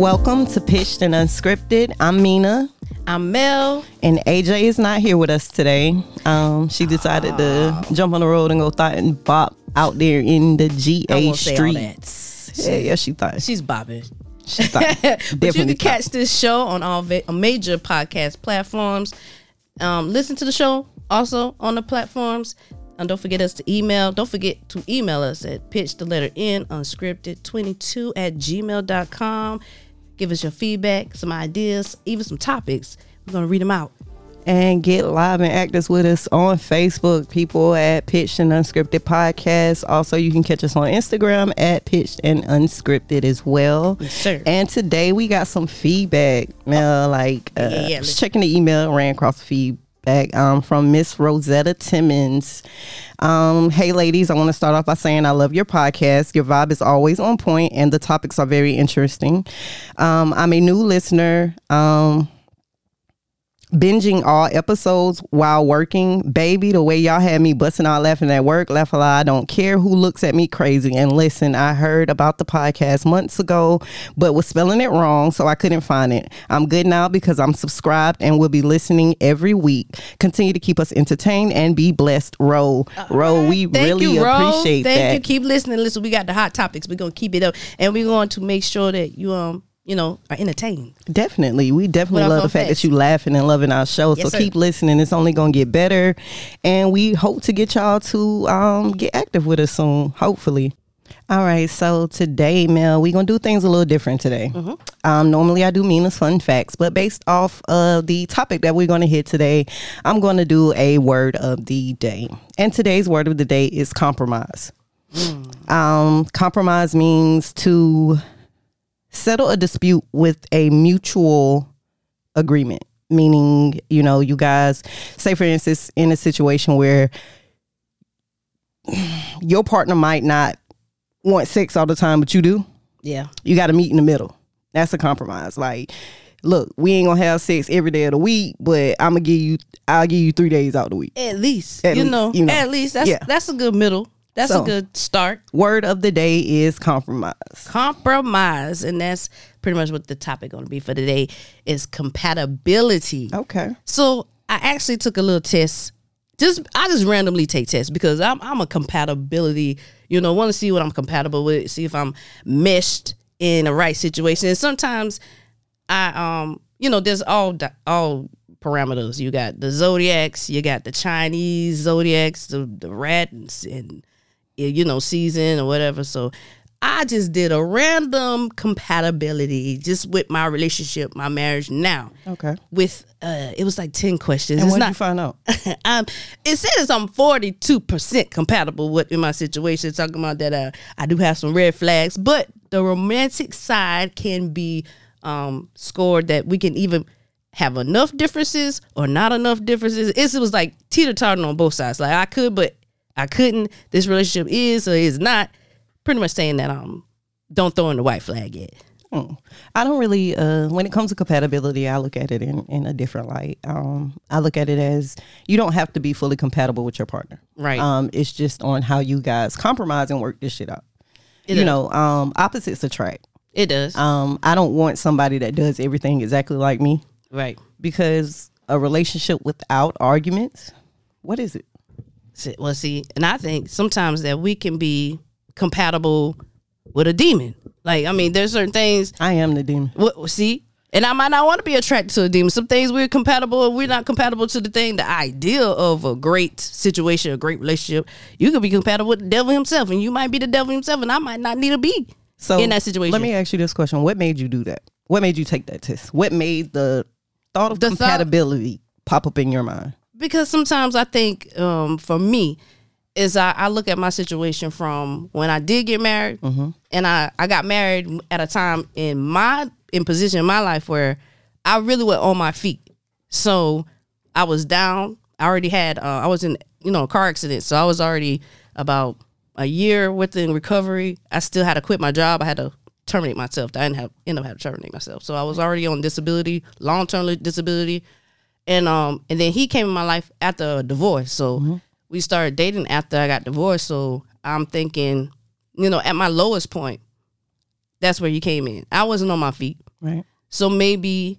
Welcome to Pitched and Unscripted. I'm Mina, I'm Mel. and AJ is not here with us today. Um, she decided Ah. to jump on the road and go thought and bop out there in the I GA won't say all street. that. Yeah, yeah, she thought. She, She's bobbing. thought. But you Definitely can thought. catch this show on all va- major podcast platforms. Um, listen to the show also on the platforms. And don't forget us to email. Don't forget to email us at pitch the letter N unscripted22 at gmail.com. Give us your feedback, some ideas, even some topics. We're going to read them out. and get live and actors with us on Facebook, people at Pitched and Unscripted Podcast. Also, you can catch us on Instagram at Pitched and Unscripted as well. Yes, sir. And today we got some feedback. Now, like, uh, yeah, yeah, just let's- checking the email, ran across feedback um, from Miss Rosetta Timmons. Um, hey, ladies, I want to start off by saying I love your podcast. Your vibe is always on point, and the topics are very interesting. Um, I'm a new listener. Um, binging all episodes while working. Baby, the way y'all had me busting out laughing at work, laugh a lot. I don't care who looks at me crazy. And listen, I heard about the podcast months ago, but was spelling it wrong, so I couldn't find it. I'm good now because I'm subscribed and will be listening every week. Continue to keep us entertained and be blessed, Ro. Ro, we Uh, Thank really you, Ro. appreciate Thank that. you. Keep listening. Listen, we got the hot topics. We're going to keep it up. And we're going to make sure that you, um, you know, are entertained. Definitely. We definitely What else love the on fact that Fetch? you laughing and loving our show. Yes, so sir. keep listening. It's only going to get better. And we hope to get y'all to um, get active with us soon, hopefully. All right. So today, Mel, we're going to do things a little different today. Mm-hmm. Um, normally, I do Mina's fun facts, but based off of the topic that we're going to hit today, I'm going to do a word of the day. And today's word of the day is compromise. Mm. Um, compromise means to settle a dispute with a mutual agreement meaning you know you guys say for instance in a situation where your partner might not want sex all the time but you do Yeah. you got to meet in the middle that's a compromise like look we ain't gonna have sex every day of the week but i'm gonna give you i'll give you three days out of the week At least, At you, least, know, you know. at least that's Yeah. that's a good middle. That's So. a good start. word of the day is compromise Compromise, and that's pretty much what the topic going to be for today is Oh, compatibility. okay So I actually took a little test. Just I just randomly take tests because I'm I'm a compatibility. You know, want to see what I'm compatible with, see if I'm meshed in the right situation. And sometimes I um you know there's all di- all parameters. You got the zodiacs, you got the Chinese zodiacs, the the rat and, s- and you know season or whatever. So. I just did a random compatibility just with my relationship, my marriage now okay with uh it was like 10 questions and what it's did you not find out um it says i'm 42% compatible with in my situation talking about that uh, i do have some red flags but the romantic side can be um scored that we can even have enough differences or not enough differences it's, it was like teeter-tottering on both sides like i could but i couldn't this relationship is or is not pretty much saying that um don't throw in the white flag yet Mm. I don't really. Uh, when it comes to compatibility, I look at it in, in a different light. Um, I look at it as you don't have to be fully compatible with your partner. Right. Um, it's just on how you guys compromise and work this shit out. It you is. know, um, opposites attract. it does Um, I don't want somebody that does everything exactly like me right because a relationship without arguments, what is it? See- Well, see, and I think sometimes that we can be compatible with a demon. Like, I mean, there's certain things. I am the demon. What see, and I might not want to be attracted to a demon. Some things we're compatible, and we're not compatible to the thing. The idea of a great situation, a great relationship, you could be compatible with the devil himself, and you might be the devil himself, and I might not need to be So in that situation. let me ask you this question: What made you do that? What made you take that test? What made the thought of The thought- compatibility pop up in your mind? because sometimes I think um, for me is I, I look at my situation from when I did get married and I, I got married at a time in my in position in my life where I really was on my feet. So I was down. I already had uh, I was in you know a car accident, so I was already about a year within recovery. I still had to quit my job. I had to terminate myself. I didn't have end up having to terminate myself. So I was already on disability, long term disability and um and then he came in my life after a divorce. So we started dating after I got divorced. So I'm thinking, you know, at my lowest point, that's where you came in. I wasn't on my feet. Right. So maybe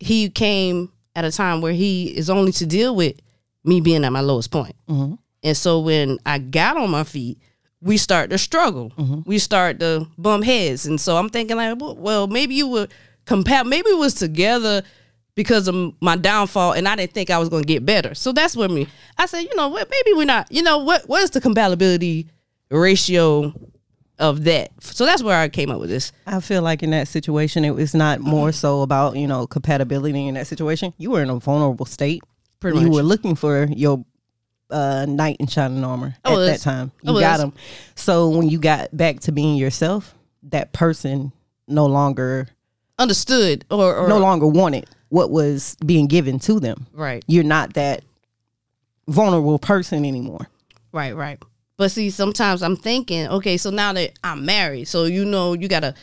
he came at a time where he is only to deal with me being at my lowest point. And so when I got on my feet, we start to struggle. We start to bump heads. And so I'm thinking like, well, well, maybe you were compare. Maybe we was together because of my downfall, and I didn't think I was going to get better. So that's where me. I said, you know what? Maybe we're not. You know what? What is the compatibility ratio of that? So that's where I came up with this. I feel like in that situation, it was not more so about you know compatibility in that situation. You were in a vulnerable state. Pretty you much. were looking for your uh, knight in shining armor Oh, at that that's- time. oh, You got that's- him. So when you got back to being yourself, that person no longer Understood or, or no longer wanted what was being given to them. right. You're not that vulnerable person anymore. Right, right. But see, sometimes I'm thinking, okay, so now that I'm married, so you know, you gotta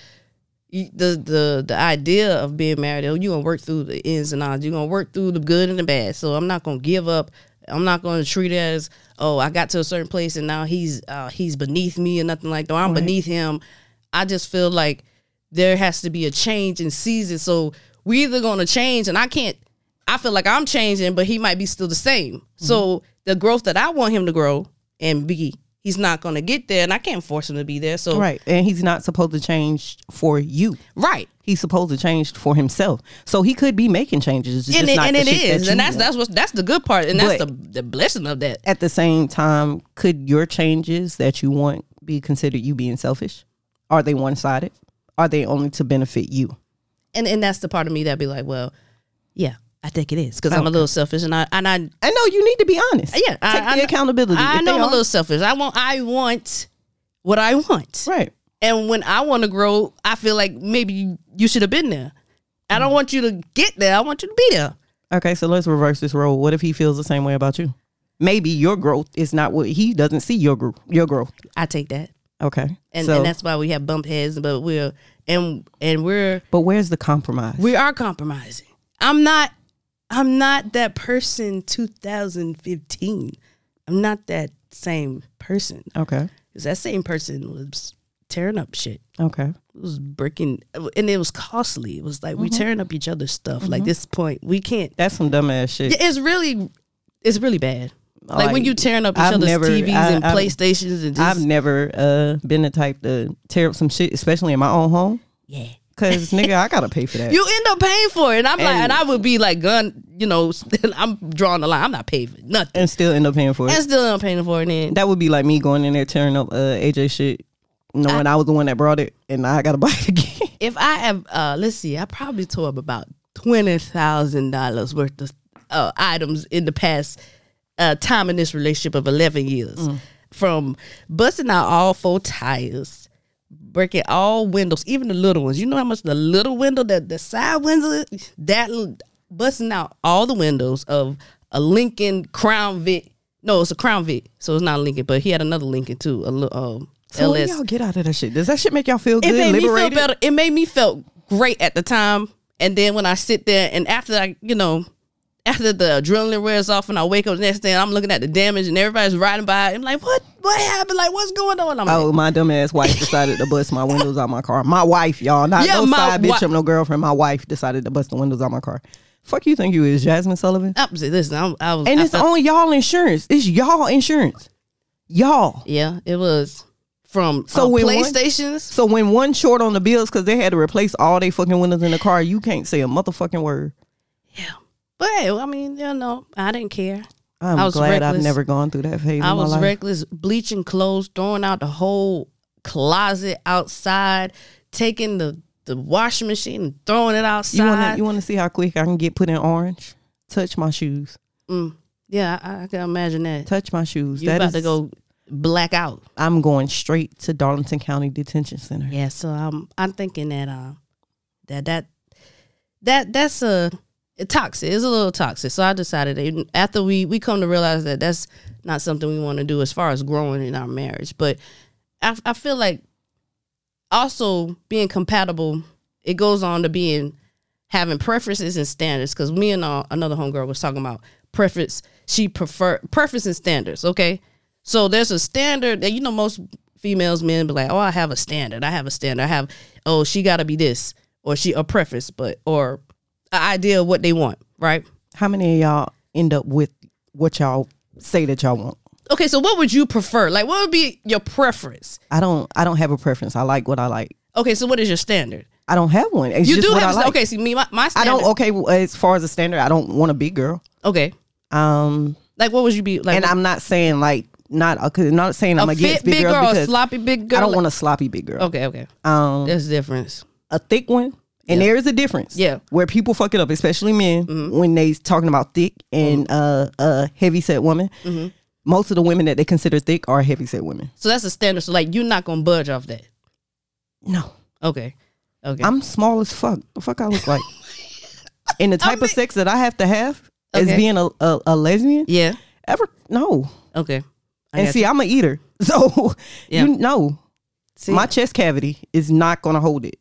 you, the the the idea of being married. oh, You gonna work through the ins and outs. You are gonna work through the good and the bad. So I'm not gonna give up. I'm not gonna treat it as oh, I got to a certain place and now he's uh, he's beneath me or nothing like that. or I'm beneath him. I just feel like there has to be a change in season. So we either gonna change, and I can't. I feel like I'm changing, but he might be still the same. So the growth that I want him to grow and be, he's not gonna get there, and I can't force him to be there. So Right. And he's not supposed to change for you. right. He's supposed to change for himself. So he could be making changes. It's and just it, not and the it shit that is, you and that's want. that's what that's the good part, and that's But- the the blessing of that. at the same time, could your changes that you want be considered you being selfish? Are they one sided? Are they only to benefit you? And and that's the part of me that be like, well, yeah, I think it is because I'm a little selfish, and I and I I know you need to be honest. yeah, take I, I the kn- accountability. I If know they I'm a are- little selfish. I want I want what I want, right. and when I want to grow, I feel like maybe you, you should have been there. I don't want you to get there. I want you to be there. Okay, so let's reverse this role. What if he feels the same way about you? Maybe your growth is not what he doesn't see your growth. Your growth. I take that, Okay, and so and that's why we have bump heads, but we're and and we're but where's the compromise? we are compromising. I'm not I'm not that person 2015. I'm not that same person. Okay, 'Cause that same person was tearing up shit. okay, It was breaking and it was costly. It was like Mm-hmm. we tearing up each other's stuff. Like this point, we can't that's some dumbass shit. Yeah, it's really it's really bad. Like, when Like, you tearing up each I've other's never- TVs I- and I've- PlayStations and just, I've never uh, been the type to tear up some shit, especially in my own home, yeah. because nigga, I gotta pay for that. You end up paying for it. And I'm like And- and I would be like gun, you know, I'm drawing the line. I'm not paying for nothing. and still end up paying for it. and still not paying for it. Then That would be like me going in there tearing up uh, AJ shit, knowing I, was the one that brought it, and I gotta buy it again. if I have, uh, let's see, I probably tore up about twenty thousand dollars worth of uh, items in the past uh, time in this relationship of eleven years, Mm. from busting out all four tires. Breaking all windows, even the little ones. You know how much the little window, the, the side window, that l- busting out all the windows of a Lincoln Crown Vic. No, it's a Crown Vic, so it's not Lincoln, but he had another Lincoln too, a little um, so what LS. do y'all get out of that shit? Does that shit make y'all feel it good? made liberated? me feel better. It made me felt great at the time, and then when I sit there and after I, you know, after the adrenaline wears off and I wake up the next day, and I'm looking at the damage and everybody's riding by. I'm like, what? What happened? Like, what's going on? I'm like, Oh, my dumbass wife decided to bust my windows out my car. My wife, y'all, not Yeah, no my side bitch, wi- I'm no girlfriend. My wife decided to bust the windows out my car. Fuck you think you is Jasmine Sullivan? I'm, "Oh, listen, I'm, I was, And I it's felt- on y'all insurance. It's y'all insurance. Y'all. yeah, it was from So so when one- PlayStations. So when one short on the bills because they had to replace all they fucking windows in the car, you can't say a motherfucking word. yeah, but hey, I mean, you know, I didn't care. I'm I was glad I've reckless. never gone through that phase. I in my was life. reckless, bleaching clothes, throwing out the whole closet outside, taking the the washing machine and throwing it outside. You want to you want to see how quick I can get put in orange? Touch my shoes. Mm. Yeah, I, I can imagine that. Touch my shoes. You That about is- to go black out. I'm going straight to Darlington County Detention Center. Yeah, so I'm I'm thinking that um that that that that's a it toxic. It's a little toxic. So I decided that after we we come to realize that that's not something we want to do as far as growing in our marriage. But I I feel like also being compatible. It goes on to being having preferences and standards because me and uh, another homegirl was talking about preference. She prefer preference and standards. Okay, so there's a standard that you know most females, men be like, oh, I have a standard. I have a standard. I have oh, she got to be this or she a preference, but or an idea of what they want, right? How many of y'all end up with what y'all say that y'all want? Okay, so what would you prefer? Like, what would be your preference? I don't. I don't have a preference. I like what I like. Okay, so what is your standard? I don't have one. It's You just do what have I a like. okay. See, me, my, my I standard. don't. Okay, well, as far as a standard, I don't want to be girl. okay. Um, Like, what would you be like? and I'm not saying like not. uh, 'cause I'm not saying I'm a fit against big big girl, girls a because sloppy big girl. I don't like- want a sloppy big girl. Okay, okay. Um, There's a difference. a thick one. And there is a difference. Yeah. Mm-hmm. Where people fuck it up, especially men, when they talking about thick and uh, a heavy set woman. Mm-hmm. Most of the women that they consider thick are heavy set women. So that's a standard. So like, you're not gonna budge off that. No. Okay, okay. I'm small as fuck. The fuck I look like. and the type of sex that I have to have as Okay. being a, a, a lesbian, yeah. ever no. Okay. I And got see, I'm a eater. So Yeah. you know. See? my chest cavity is not gonna hold it.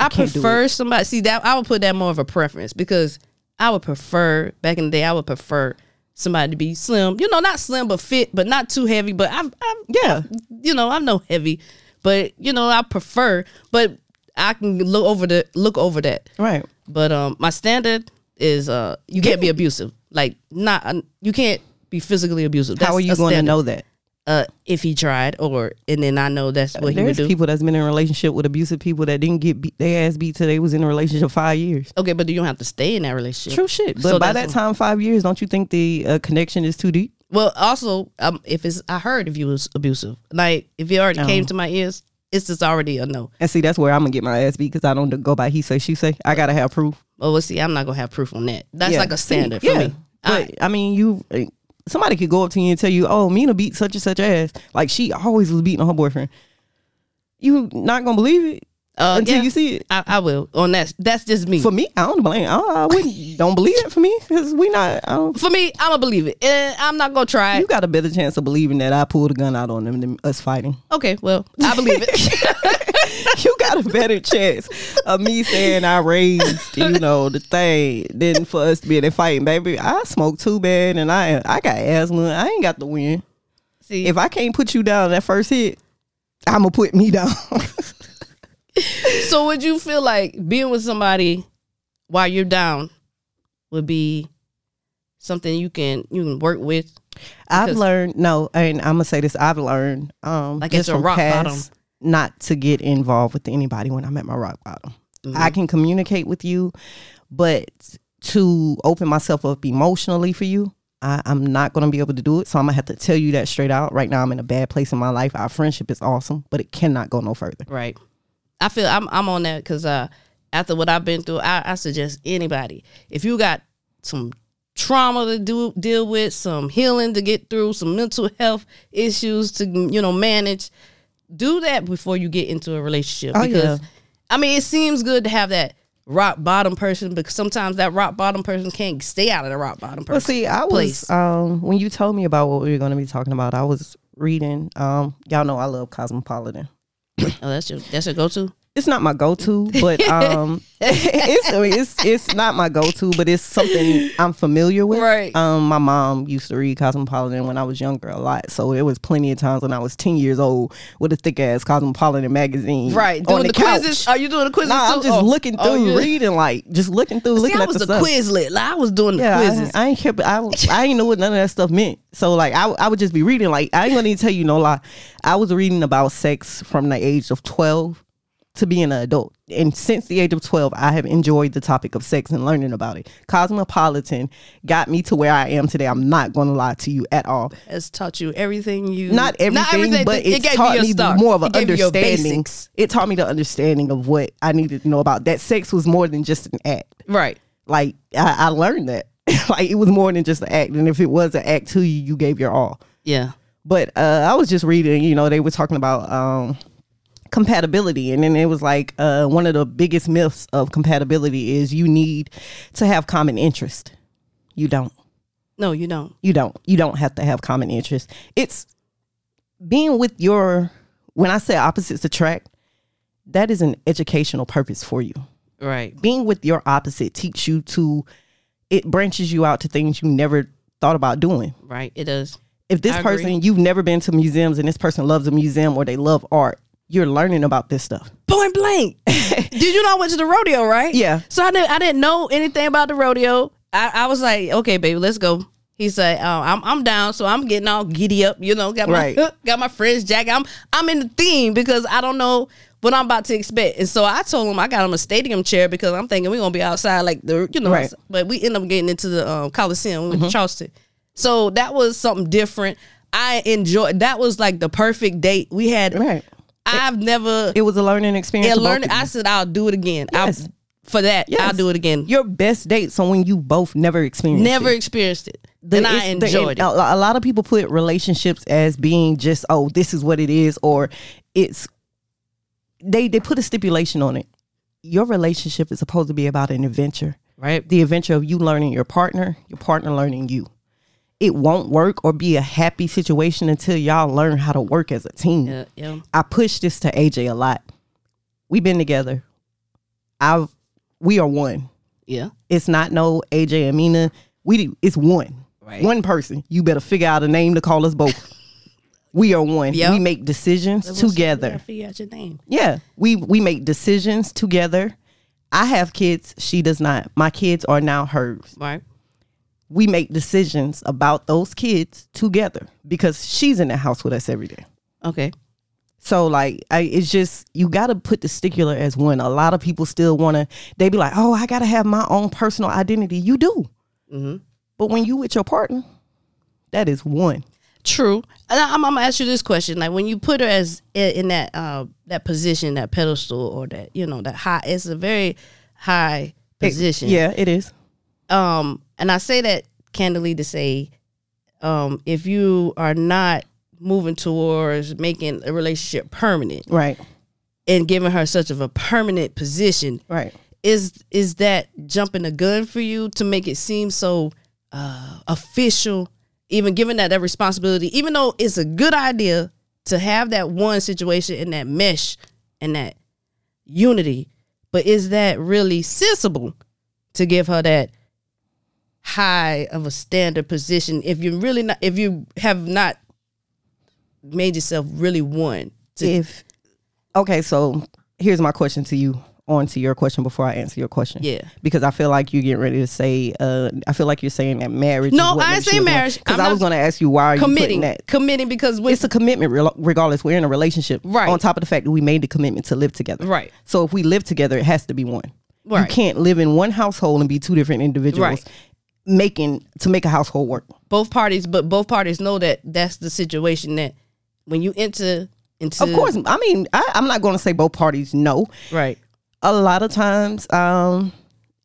I, can't do prefer somebody. See that I would put that more of a preference because I would prefer back in the day. I would prefer somebody to be slim. You know, not slim but fit, but not too heavy. But I've, I've Yeah. you know, I'm no heavy, but you know, I prefer. But I can look over the look over that. Right. But um, my standard is uh, you can't be abusive. Like not uh, you can't be physically abusive. That's How are you a gonna standard. know that? uh, if he tried or and then I know that's what he would There's do. people that's been in a relationship with abusive people that didn't get beat, their ass beat till they was in a relationship five years. okay, but you don't have to stay in that relationship. True shit. But So by that that's- time, five years, don't you think the uh, connection is too deep? Well, also, um, if it's I heard if you was abusive, like if it already Oh. came to my ears, it's just already a no. And see, that's where I'm gonna get my ass beat because I don't go by he say she say. I gotta have proof. Well, well, see, I'm not gonna have proof on that. That's Yeah. like a See, standard for yeah. me. But I, mean, you eh, somebody could go up to you and tell you, "Oh, Mina beat such and such ass. Like she always was beating her boyfriend." You not gonna believe it Uh, until yeah. you see it. I, I will on that. That's just me. For For, me, I don't blame. I, I wouldn't. don't believe it for me because we not. I don't. me, I'm gonna believe it, and I'm not gonna try. it. You got a better chance of believing that I pulled a gun out on them than us fighting. Okay, well, I believe it. you got a better chance of me saying I raised, you know, the thing than for us to be in there fighting, baby. I smoke too bad and I I got asthma. I ain't got the win. see, If I can't put you down that first hit, I'ma put me down. so would you feel like being with somebody while you're down would be something you can you can work with I've Because- learned no, and I'm gonna say this. I've learned um, Like just it's a from rock past, bottom. not to get involved with anybody when I'm at my rock bottom. I can communicate with you, but to open myself up emotionally for you, I, I'm not gonna be able to do it. So I'm gonna have to tell you that straight out. Right now, I'm in a bad place in my life. Our friendship is awesome, but it cannot go no further. right i feel i'm i'm on that because uh after what i've been through I, I suggest anybody if you got some trauma to do deal with some healing to get through some mental health issues to you know manage do that before you get into a relationship Oh, because yeah. i mean it seems good to have that rock bottom person because sometimes that rock bottom person can't stay out of the rock bottom person Well, see, I was Please. um, when you told me about what we were gonna be talking about. I was reading. Um, y'all know I love Cosmopolitan. oh that's your that's your go-to it's not my go-to, but um, it's I mean, it's it's not my go-to, but it's something I'm familiar with. Right. Um, my mom used to read Cosmopolitan when I was younger a lot, so there was plenty of times when I was ten years old with a thick ass Cosmopolitan magazine. right on doing the, couch. quizzes Oh, are you doing the quizzes Nah, too? I'm just Oh, looking through, oh, you- reading like just looking through, See, looking I at was the the, stuff. quizlet. Like, I was doing the Yeah, I- quizzes. I, ain't kept. I I ain't know what none of that stuff meant. So like I I would just be reading. Like I ain't gonna even tell you no lie. I was reading about sex from the age of twelve to being an adult, and since the age of twelve, I have enjoyed the topic of sex and learning about it. Cosmopolitan got me to where I am today. I'm not gonna lie to you at all. has taught you everything you Not everything, but it, gave you taught your me stock. more of an It gave you your understanding. basics. It taught me the understanding of what I needed to know about that. Sex was more than just an act Right. like I, I learned that like it was more than just an act and if it was an act to you you gave your all Yeah. but uh, i was just reading you know they were talking about um, compatibility and then it was like uh, one of the biggest myths of compatibility is you need to have common interest you don't No, you don't. you don't you don't have to have common interests it's being with your when i say opposites attract that is an educational purpose for you Right. being with your opposite teaches you to it branches you out to things you never thought about doing Right. It does. if this I agree. person you've never been to museums and this person loves a museum or they love art you're learning about this stuff Point blank. Did you know I went to the rodeo, right? Yeah. So I didn't I didn't know anything about the rodeo. I, I was like, okay, baby, let's go. He said, oh, I'm I'm down, so I'm getting all giddy up, you know, got my Right. got my friends jacket. I'm I'm in the theme because I don't know what I'm about to expect. And so I told him I got him a stadium chair because I'm thinking we're gonna be outside like the you know Right. Mm-hmm. but we end up getting into the um, Coliseum, we went to Charleston. So that was something different. I enjoyed that was like the perfect date. We had right I've never it was a learning experience and for both learn. of you. I said I'll do it again. Yes. I, for that, I'll Yes. do it again. your best dates are when you both never experienced Never it. experienced it. The- Then I it's- the- enjoyed and it. A, a lot of people put relationships as being just oh this is what it is or it's they they put a stipulation on it your relationship is supposed to be about an adventure Right. the adventure of you learning your partner, your partner learning you. It won't work or be a happy situation until y'all learn how to work as a team. Yeah. Yeah. I push this to AJ a lot. We've been together. I've we are one. Yeah. It's not no AJ and Mina. We do, it's one. Right. One person. You better figure out a name to call us both. we are one. Yeah. We make decisions I together. figure out your name. Yeah, we we make decisions together. I have kids. She does not. My kids are now hers. Right. We make decisions about those kids together because she's in the house with us every day. Okay. So like, I, it's just you got to put the stickler as one. A lot of people still want to. They be like, oh, I got to have my own personal identity. You do, but when you with your partner, that is one. True. And I, I'm, I'm gonna ask you this question: Like when you put her as i- in that uh, that position, that pedestal, or that you know that high, it's a very high position. Yeah, it is. um and i say that candidly to say um if you are not moving towards making a relationship permanent Right. and giving her such of a permanent position Right. is is that jumping the gun for you to make it seem so uh official even given that that responsibility even though it's a good idea to have that one situation and that mesh and that unity but is that really sensible to give her that high of a standard position if you're really not if you have not made yourself really one to, if okay so here's my question to you on to your question before i answer your question Yeah. because i feel like you're getting ready to say uh i feel like you're saying that marriage No, I ain't saying marriage. because I'm i was not- going to ask you why are you putting committing that committing because when it's a commitment re- regardless we're in a relationship Right. on top of the fact that we made the commitment to live together Right. so if we live together it has to be one you Right. can't live in one household and be two different individuals Right. making to make a household work both parties, but both parties know that that's the situation that when you enter into, of course i mean I, i'm not going to say both parties no right? a lot of times um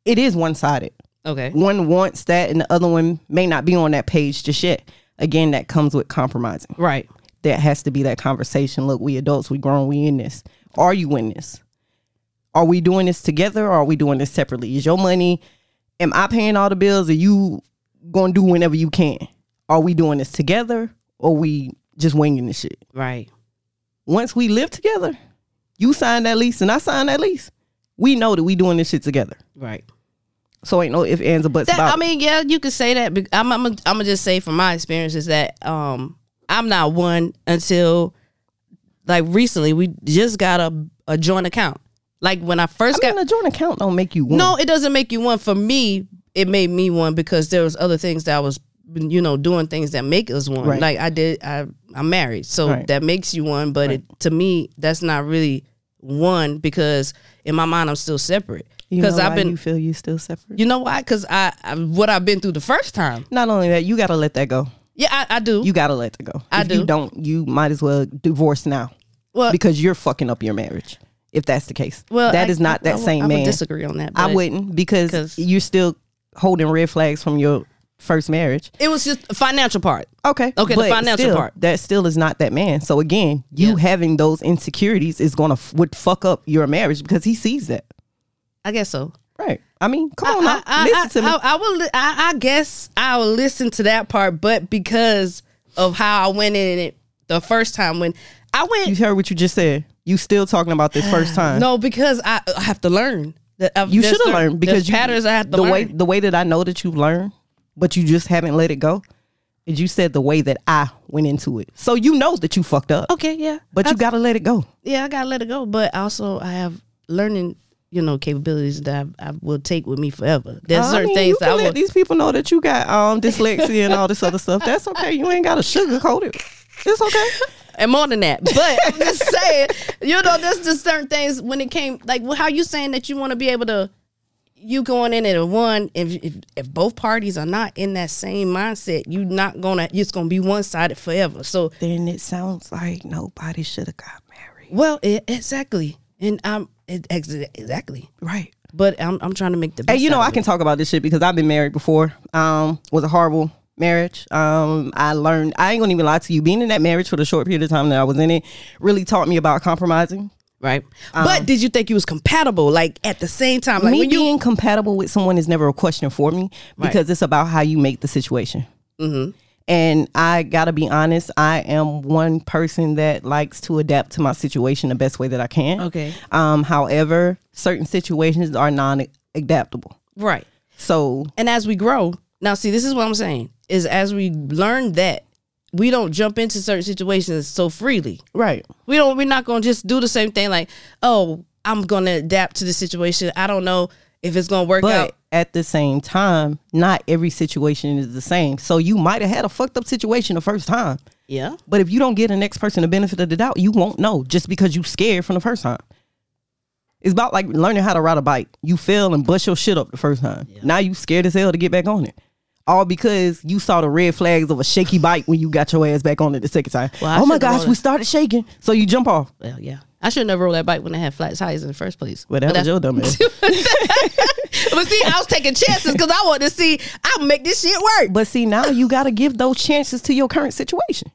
it is one-sided Okay, one wants that and the other one may not be on that page just yet again that comes with compromising right, that has to be that conversation look we adults we grown we in this are you in this are we doing this together or are we doing this separately is your money am i paying all the bills are you gonna do whenever you can are we doing this together or we just winging this shit right, once we live together you sign that lease and i sign that lease we know that we doing this shit together right. so ain't no if ands or buts That, about I mean, yeah, you could say that. bec- I'm, I'm, I'm gonna just say from my experience is that um, I'm not one until like recently we just got a a joint account. Like when I first I got mean, a joint account don't make you one. No, it doesn't make you one. For me, it made me one because there was other things that I was, you know, doing things that make us one. Right. Like I did, I I'm married, so Right. that makes you one. But it, to me, that's not really one because in my mind, I'm still separate. You Because know I've why been, You you, feel you still separate. know, why? Because I, I what I've been through the first time. Not only that, you gotta let that go. Yeah, I, I do. You gotta let that go. I if do. you don't, you might as well divorce now well, because you're fucking up your marriage. If that's the case, well, that I- is not I- that I- same I would man. disagree on that. I but wouldn't because 'cause- you're still holding red flags from your first marriage. It was just the financial part. Okay, Okay, the but financial still, part. That still is not that man. So again, you Yeah. having those insecurities is gonna f- would fuck up your marriage because he sees that. I guess so. Right. I mean, come on, now. I, I, listen I- to me. I, I will. li- I, I guess I will listen to that part, but because of how I went in it the first time when I you went, heard what you just said. You still talking about this first time. no, because I, I have to learn. That I've- You there's should have cer- learned because there's you, patterns I have to the learn. way the way that I know that you've learned, but you just haven't let it go. Is you said the way that I went into it, so you know that you fucked up, okay, yeah, but I- you gotta let it go. yeah, I gotta let it go. But also, I have learning, you know, capabilities that I, I will take with me forever. There's I certain mean, things you that can I let will. these people know that you got um dyslexia and all this other stuff. That's okay. You ain't gotta sugarcoat it. It's okay. and more than that. But I'm just saying, you know, there's just certain things when it came like wh- how you saying that you want to be able to you going in at a one if, if if both parties are not in that same mindset, you not gonna it's gonna be one sided forever. So Then it sounds like nobody should have got married. well, e- exactly, and I'm it, ex- exactly, Right. but I'm I'm trying to make the best. Hey, you know, out I of can talk about this shit because I've been married before. Um, was a horrible marriage. Um, I learned I ain't gonna even lie to you. Being in that marriage for the short period of time that I was in it really taught me about compromising. it, right. but did you think you was compatible? Like at the same time, like Uh-huh. me when you being compatible with someone is never a question for me because it's about how you make the situation. Mm-hmm. And I gotta be honest, I am one person that likes to adapt to my situation the best way that I can. Okay. Um, however, certain situations are non-adaptable. right. So and as we grow now see this is what i'm saying is as we learn that we don't jump into certain situations so freely right, we don't we're not gonna just do the same thing like oh i'm gonna adapt to the situation i don't know if it's gonna work but out at the same time, not every situation is the same. So you might have had a fucked up situation the first time, yeah but if you don't give the next person the benefit of the doubt, you won't know just because you scared from the first time. It's about like learning how to ride a bike. You fell and bust your shit up the first time. Now you scared as hell to get back on it. All because you saw the red flags of a shaky bike when you got your ass back on it the second time. Well, I oh my should've gosh, rolled we started shaking. So you jump off. well yeah I should never roll that bike when I had flat tires in the first place. Well, that But was your dumb ass. But see, I was taking chances because I wanted to see I make this shit work. But see, now you got to give those chances to your current situation.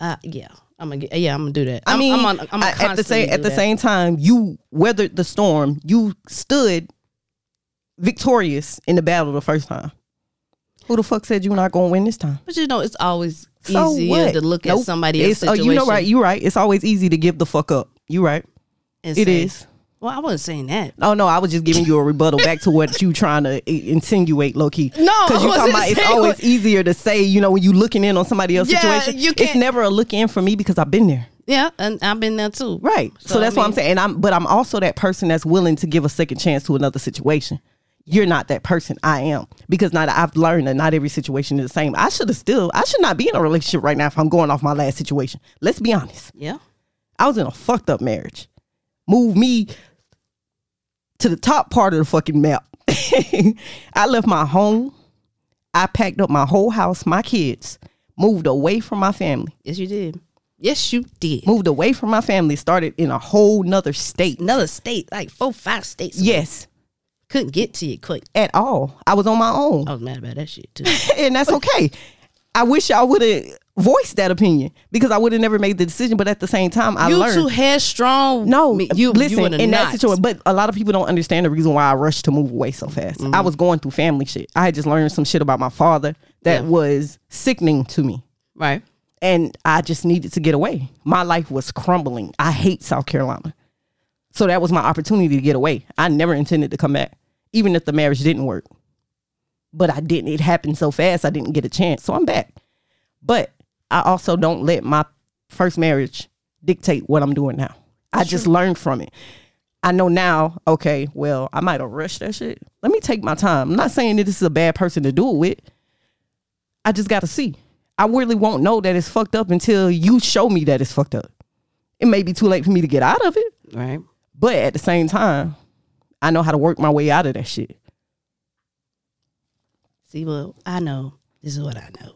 Uh, yeah, I'm gonna get, yeah, I'm gonna do that. I I'm- mean, I'm, on, I'm I- at the same at the same time, you weathered the storm. You stood victorious in the battle the first time. Who the fuck said you're not going to win this time? But you know, it's always So easier what? to look at Nope. somebody else's It's- oh, situation. you know, right? You right. It's always easy to give the fuck up. You right? and It say- is. Well, I wasn't saying that. Oh no, I was just giving you a rebuttal back to what you trying to i- insinuate, low key. No, I because you talking wasn't about it's saying always what- easier to say. You know, when you looking in on somebody else's Yeah, situation, you it's can't- never a look in for me because I've been there. Yeah, and I've been there too. Right. So, So, I that's what I'm mean- saying. And I'm but I'm also that person that's willing to give a second chance to another situation. You're not that person. I am. Because not I've learned that not every situation is the same. I should have still I should not be in a relationship right now if I'm going off my last situation. Let's be honest. Yeah. I was in a fucked up marriage. Moved me to the top part of the fucking map. I left my home. I packed up my whole house, my kids, moved away from my family. Yes, you did. Yes, you did. Moved away from my family, started in a whole nother state. Another state, like four, five states. Yes, Couldn't get to it quick. at all. I was on my own, I was mad about that shit too. and that's okay. I wish I would have voiced that opinion because I would have never made the decision. But at the same time, I you learned. too headstrong. no, Me- you listen you in that situation. But a lot of people don't understand the reason why I rushed to move away so fast. I Mm-hmm. was going through family shit. I had just learned some shit about my father that Yeah. was sickening to me. Right. and I just needed to get away. My life was crumbling. I hate South Carolina. So that was my opportunity to get away. I never intended to come back, even if the marriage didn't work. But I didn't. It happened so fast, I didn't get a chance. So I'm back. But I also don't let my first marriage dictate what I'm doing now. I just learned from it. I know now, okay, well, I might have rushed that shit. Let me take my time. I'm not saying that this is a bad person to do it with. I just got to see. I really won't know that it's fucked up until you show me that it's fucked up. It may be too late for me to get out of it, Right. but at the same time, I know how to work my way out of that shit. See, well, I know. This is what I know.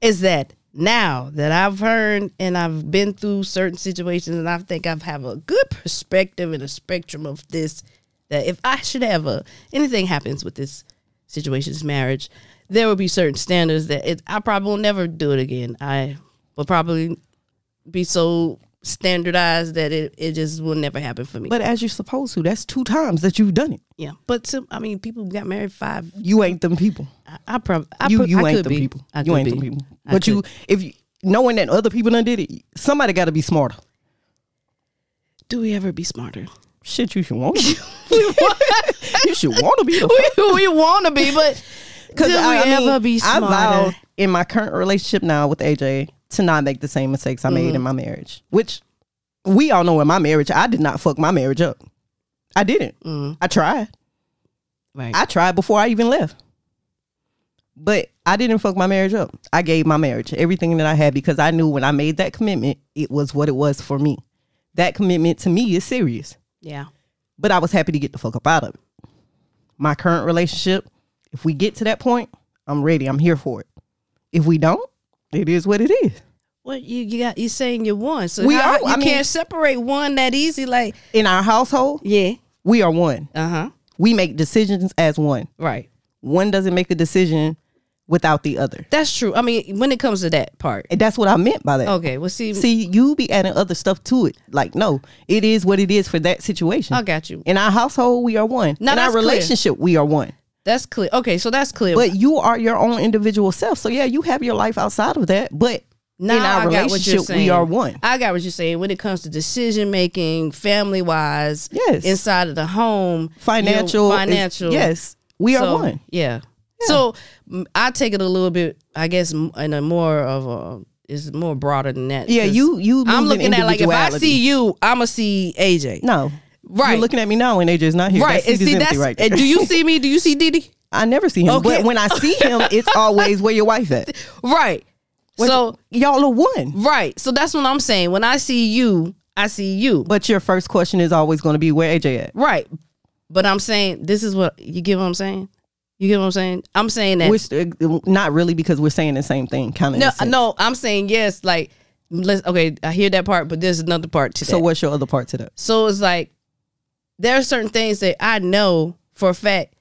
Is that now that I've heard and I've been through certain situations and I think I've have a good perspective and a spectrum of this, that if I should ever anything happens with this situation, this marriage, there will be certain standards that it, I probably will never do it again. I will probably be so standardized that it, it just will never happen for me. But as you're supposed to, that's two times that you've done it. yeah. But some, I mean, people got married five. You ain't them people. I, I probably You I, you I ain't could them be. people. I You could ain't them be. people. I But you, could. if you knowing that other people done did it, somebody got to be smarter. do we ever be smarter? Shit, you should want. to be. you should want to be the we, we want to be, but Because did I, we I mean, ever be I smarter? vowed in my current relationship now with AJ to not make the same mistakes I made Mm-hmm. in my marriage, which we all know in my marriage, I did not fuck my marriage up. I didn't. Mm. I tried. right. I tried before I even left. But I didn't fuck my marriage up. I gave my marriage everything that I had because I knew when I made that commitment, it was what it was for me. That commitment to me is serious yeah. but I was happy to get the fuck up out of it. My current relationship, if we get to that point, I'm ready. I'm here for it. If we don't, it is what it is. Well, you you got you saying you won, so We how- are- you I mean- can't separate one that easy. Like In our household, yeah, we are one. uh huh, We make decisions as one. right. One doesn't make a decision without the other. That's true. I mean, when it comes to that part, And that's what I meant by that. okay. Well, see, See, you be adding other stuff to it. Like, no, it is what it is for that situation. I got you. In our household, we are one. Now In our that's clear. relationship, we are one. That's clear. Okay, so that's clear. But you are your own individual self. So yeah, you have your life outside of that. But now in our I got what you're relationship, saying. we are one. I got what you're saying when it comes to decision making, family wise, Yes. inside of the home, you know, Financial, is- financial, yes, we So, are one. Yeah. So m- I take it a little bit, I guess, m- in a more of a is more broader than that. Yeah, 'cause you you. I'm losing looking at like if I individuality. see you, I'ma see AJ. no. Right. You're looking at me now, and AJ's not here. That right. seat And is see empty that's right and there. do you see me? Do you see Didi? I never see him, Okay. but when I see him, it's always where your wife at. Right. When- so y'all are one. right. So that's what I'm saying. When I see you, I see you. But your first question is always going to be where AJ at. Right. But I'm saying this is what you get what I'm saying? You get what I'm saying? I'm saying that We're st- uh, not really because we're saying the same thing, kind of. No, no, I'm saying yes, like let's okay, I hear that part, but there's another part to that. So what's your other part to that? So it's like there are certain things that I know for a fact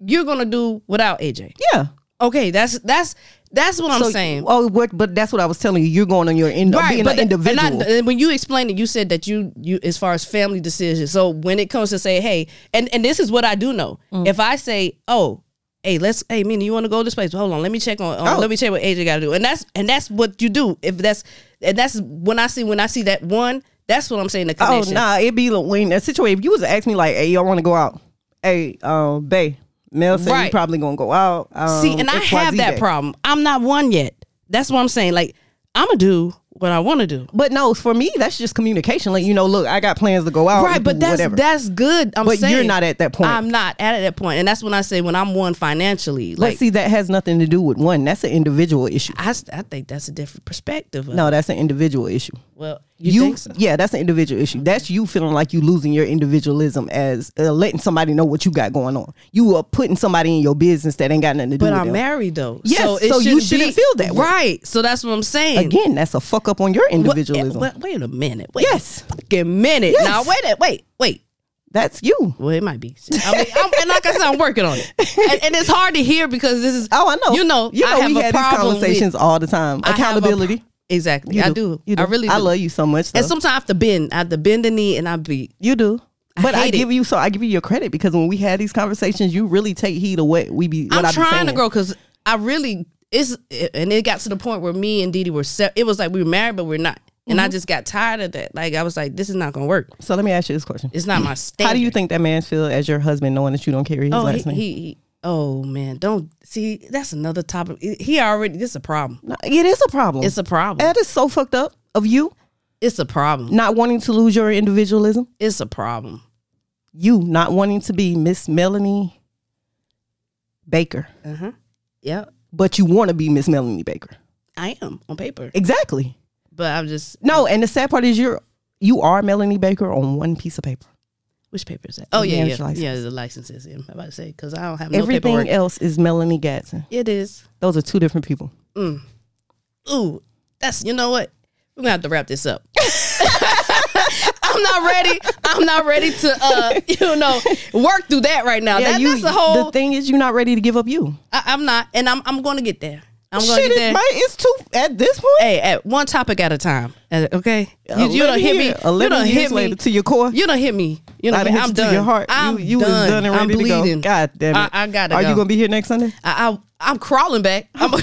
you're gonna do without AJ. Yeah. Okay, that's that's that's what I'm So- saying. Oh, what, but that's what I was telling you. You're going on your end, being an the- individual. And, I, and when you explained it, you said that you you as far as family decisions. So when it comes to say, hey, and and this is what I do know. Mm. If I say, oh. Hey, let's. Hey, Mina, you want to go this place? Hold on, let me check on. on Oh. Let me check what AJ got to do, and that's and that's what you do. If that's and that's when I see when I see that one, that's what I'm saying. The Oh connection. nah, it'd be like when a situation. If you was to ask me like, "Hey, y'all want to go out?" Hey, um, Bay, Mel said we Right. probably gonna go out. Um, See, and I XYZ have that day. problem. I'm not one yet. That's what I'm saying. Like, I'm gonna do what I want to do. But no, for me, that's just communication. Like you know, look, I got plans to go out. Right, but that's whatever. that's good. I'm But you're saying not at that point. I'm not at that point, and that's when I say when I'm one financially. But Like, see, that has nothing to do with one. That's an individual issue. I, s- I think that's a different perspective. Of, No, that's an individual issue. well, you, You, think so? yeah, that's an individual issue. That's you feeling like you losing your individualism as uh, letting somebody know what you got going on. You are putting somebody in your business that ain't got nothing to do But with I'm them. married though. Yes, it so you should shouldn't be- feel that way. Right. So that's what I'm saying. Again, that's a fuck up on your What- individualism. Wait, wait a minute. Wait Yes. a fucking minute. Yes. Now wait a wait wait. that's you. Well, it might be. I mean, I'm, and like I said, I'm working on it, and, and it's hard to hear because this is. Oh, I know. You know, you know, I have we a had these problem with- conversations all the time. I have a- Accountability. exactly. You I do. You I really. I do. love you so much. And though. sometimes I have to bend. I have to bend the knee, and I be you do. I But I, hate it. give you so I give you your credit because when we had these conversations, you really take heed of what we be. What I'm I be trying to saying. grow because I really it's and it got to the point where me and Didi were se- it was like we were married but we're not, and I just got tired of that. Like I was like, this is not gonna work. So let me ask you this question: It's not my standard. How do you think that man feel as your husband, knowing that you don't carry his Oh, he, last name? he, he- oh man, don't see that's another topic. He already this is a problem. No, it is a problem. It's a problem. that is so fucked up of you It's a problem. not wanting to lose your individualism. It's a problem. You not wanting to be Miss Melanie Baker, Uh-huh. Yeah, but you want to be Miss Melanie Baker. I am on paper, Exactly. but I'm just No, and the sad part is you're you are Melanie Baker on one piece of paper. which paper is that? Oh yeah, yeah, Marriage license. yeah. The licenses. Yeah, I'm about to say because I don't have Everything no paperwork. else is Melanie Gadsden. It is. Those are two different people. ooh, that's you know what? We're gonna have to wrap this up. I'm not ready. I'm not ready to uh, you know, work through that right now. that, you, that's the whole The thing is, you're not ready to give up you. I, I'm not and I'm I'm gonna get there. I'm gonna Shit, get it there. might- it's too at this point. hey, at one topic at a time. uh, Okay. You, you don't hit me. You Eleven don't years hit later me. to your core. You don't hit me. You know, I what I done mean? hit I'm you to done. your heart. I'm you you done. was done and I'm ready to bleeding. go. God damn it! I, I gotta Are go. you gonna be here next Sunday? I, I I'm crawling back. I'm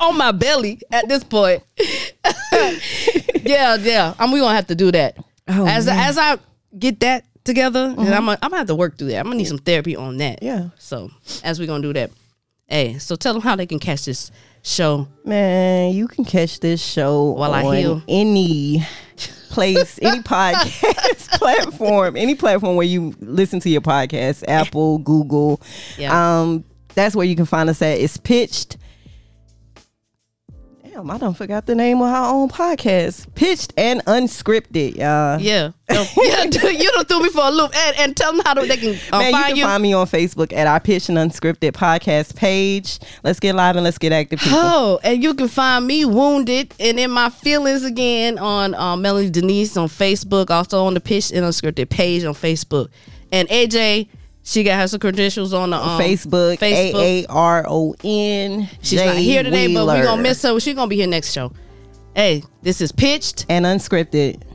on my belly at this point. yeah, yeah. I'm we gonna have to do that. Oh, Mm-hmm. as as I get that together, and I'm gonna, I'm gonna have to work through that. I'm gonna need some therapy on that. Yeah. So as we're gonna do that, hey, so tell them how they can catch this show. Man, you can catch this show While I on heal. any place, any podcast platform, any platform where you listen to your podcast, Apple, Google. Yeah. Um, that's where you can find us at. It's pitched. Damn, I don't forgot the name of our own podcast. Pitched and unscripted, y'all. Yeah, No. yeah, dude, you don't threw me for a loop, and, and tell them how they can uh, Man, you find can you. find me on Facebook at our Pitched and Unscripted podcast page. Let's get live and let's get active, people. Oh, and you can find me wounded and in my feelings again on uh, Melanie Denise on Facebook, also on the Pitch and Unscripted page on Facebook. And AJ, she got her some credentials on the um, Facebook, Facebook. A A R O N. She's not here today, but we're gonna miss her. She's gonna be here next show. Hey, this is Pitched. and unscripted.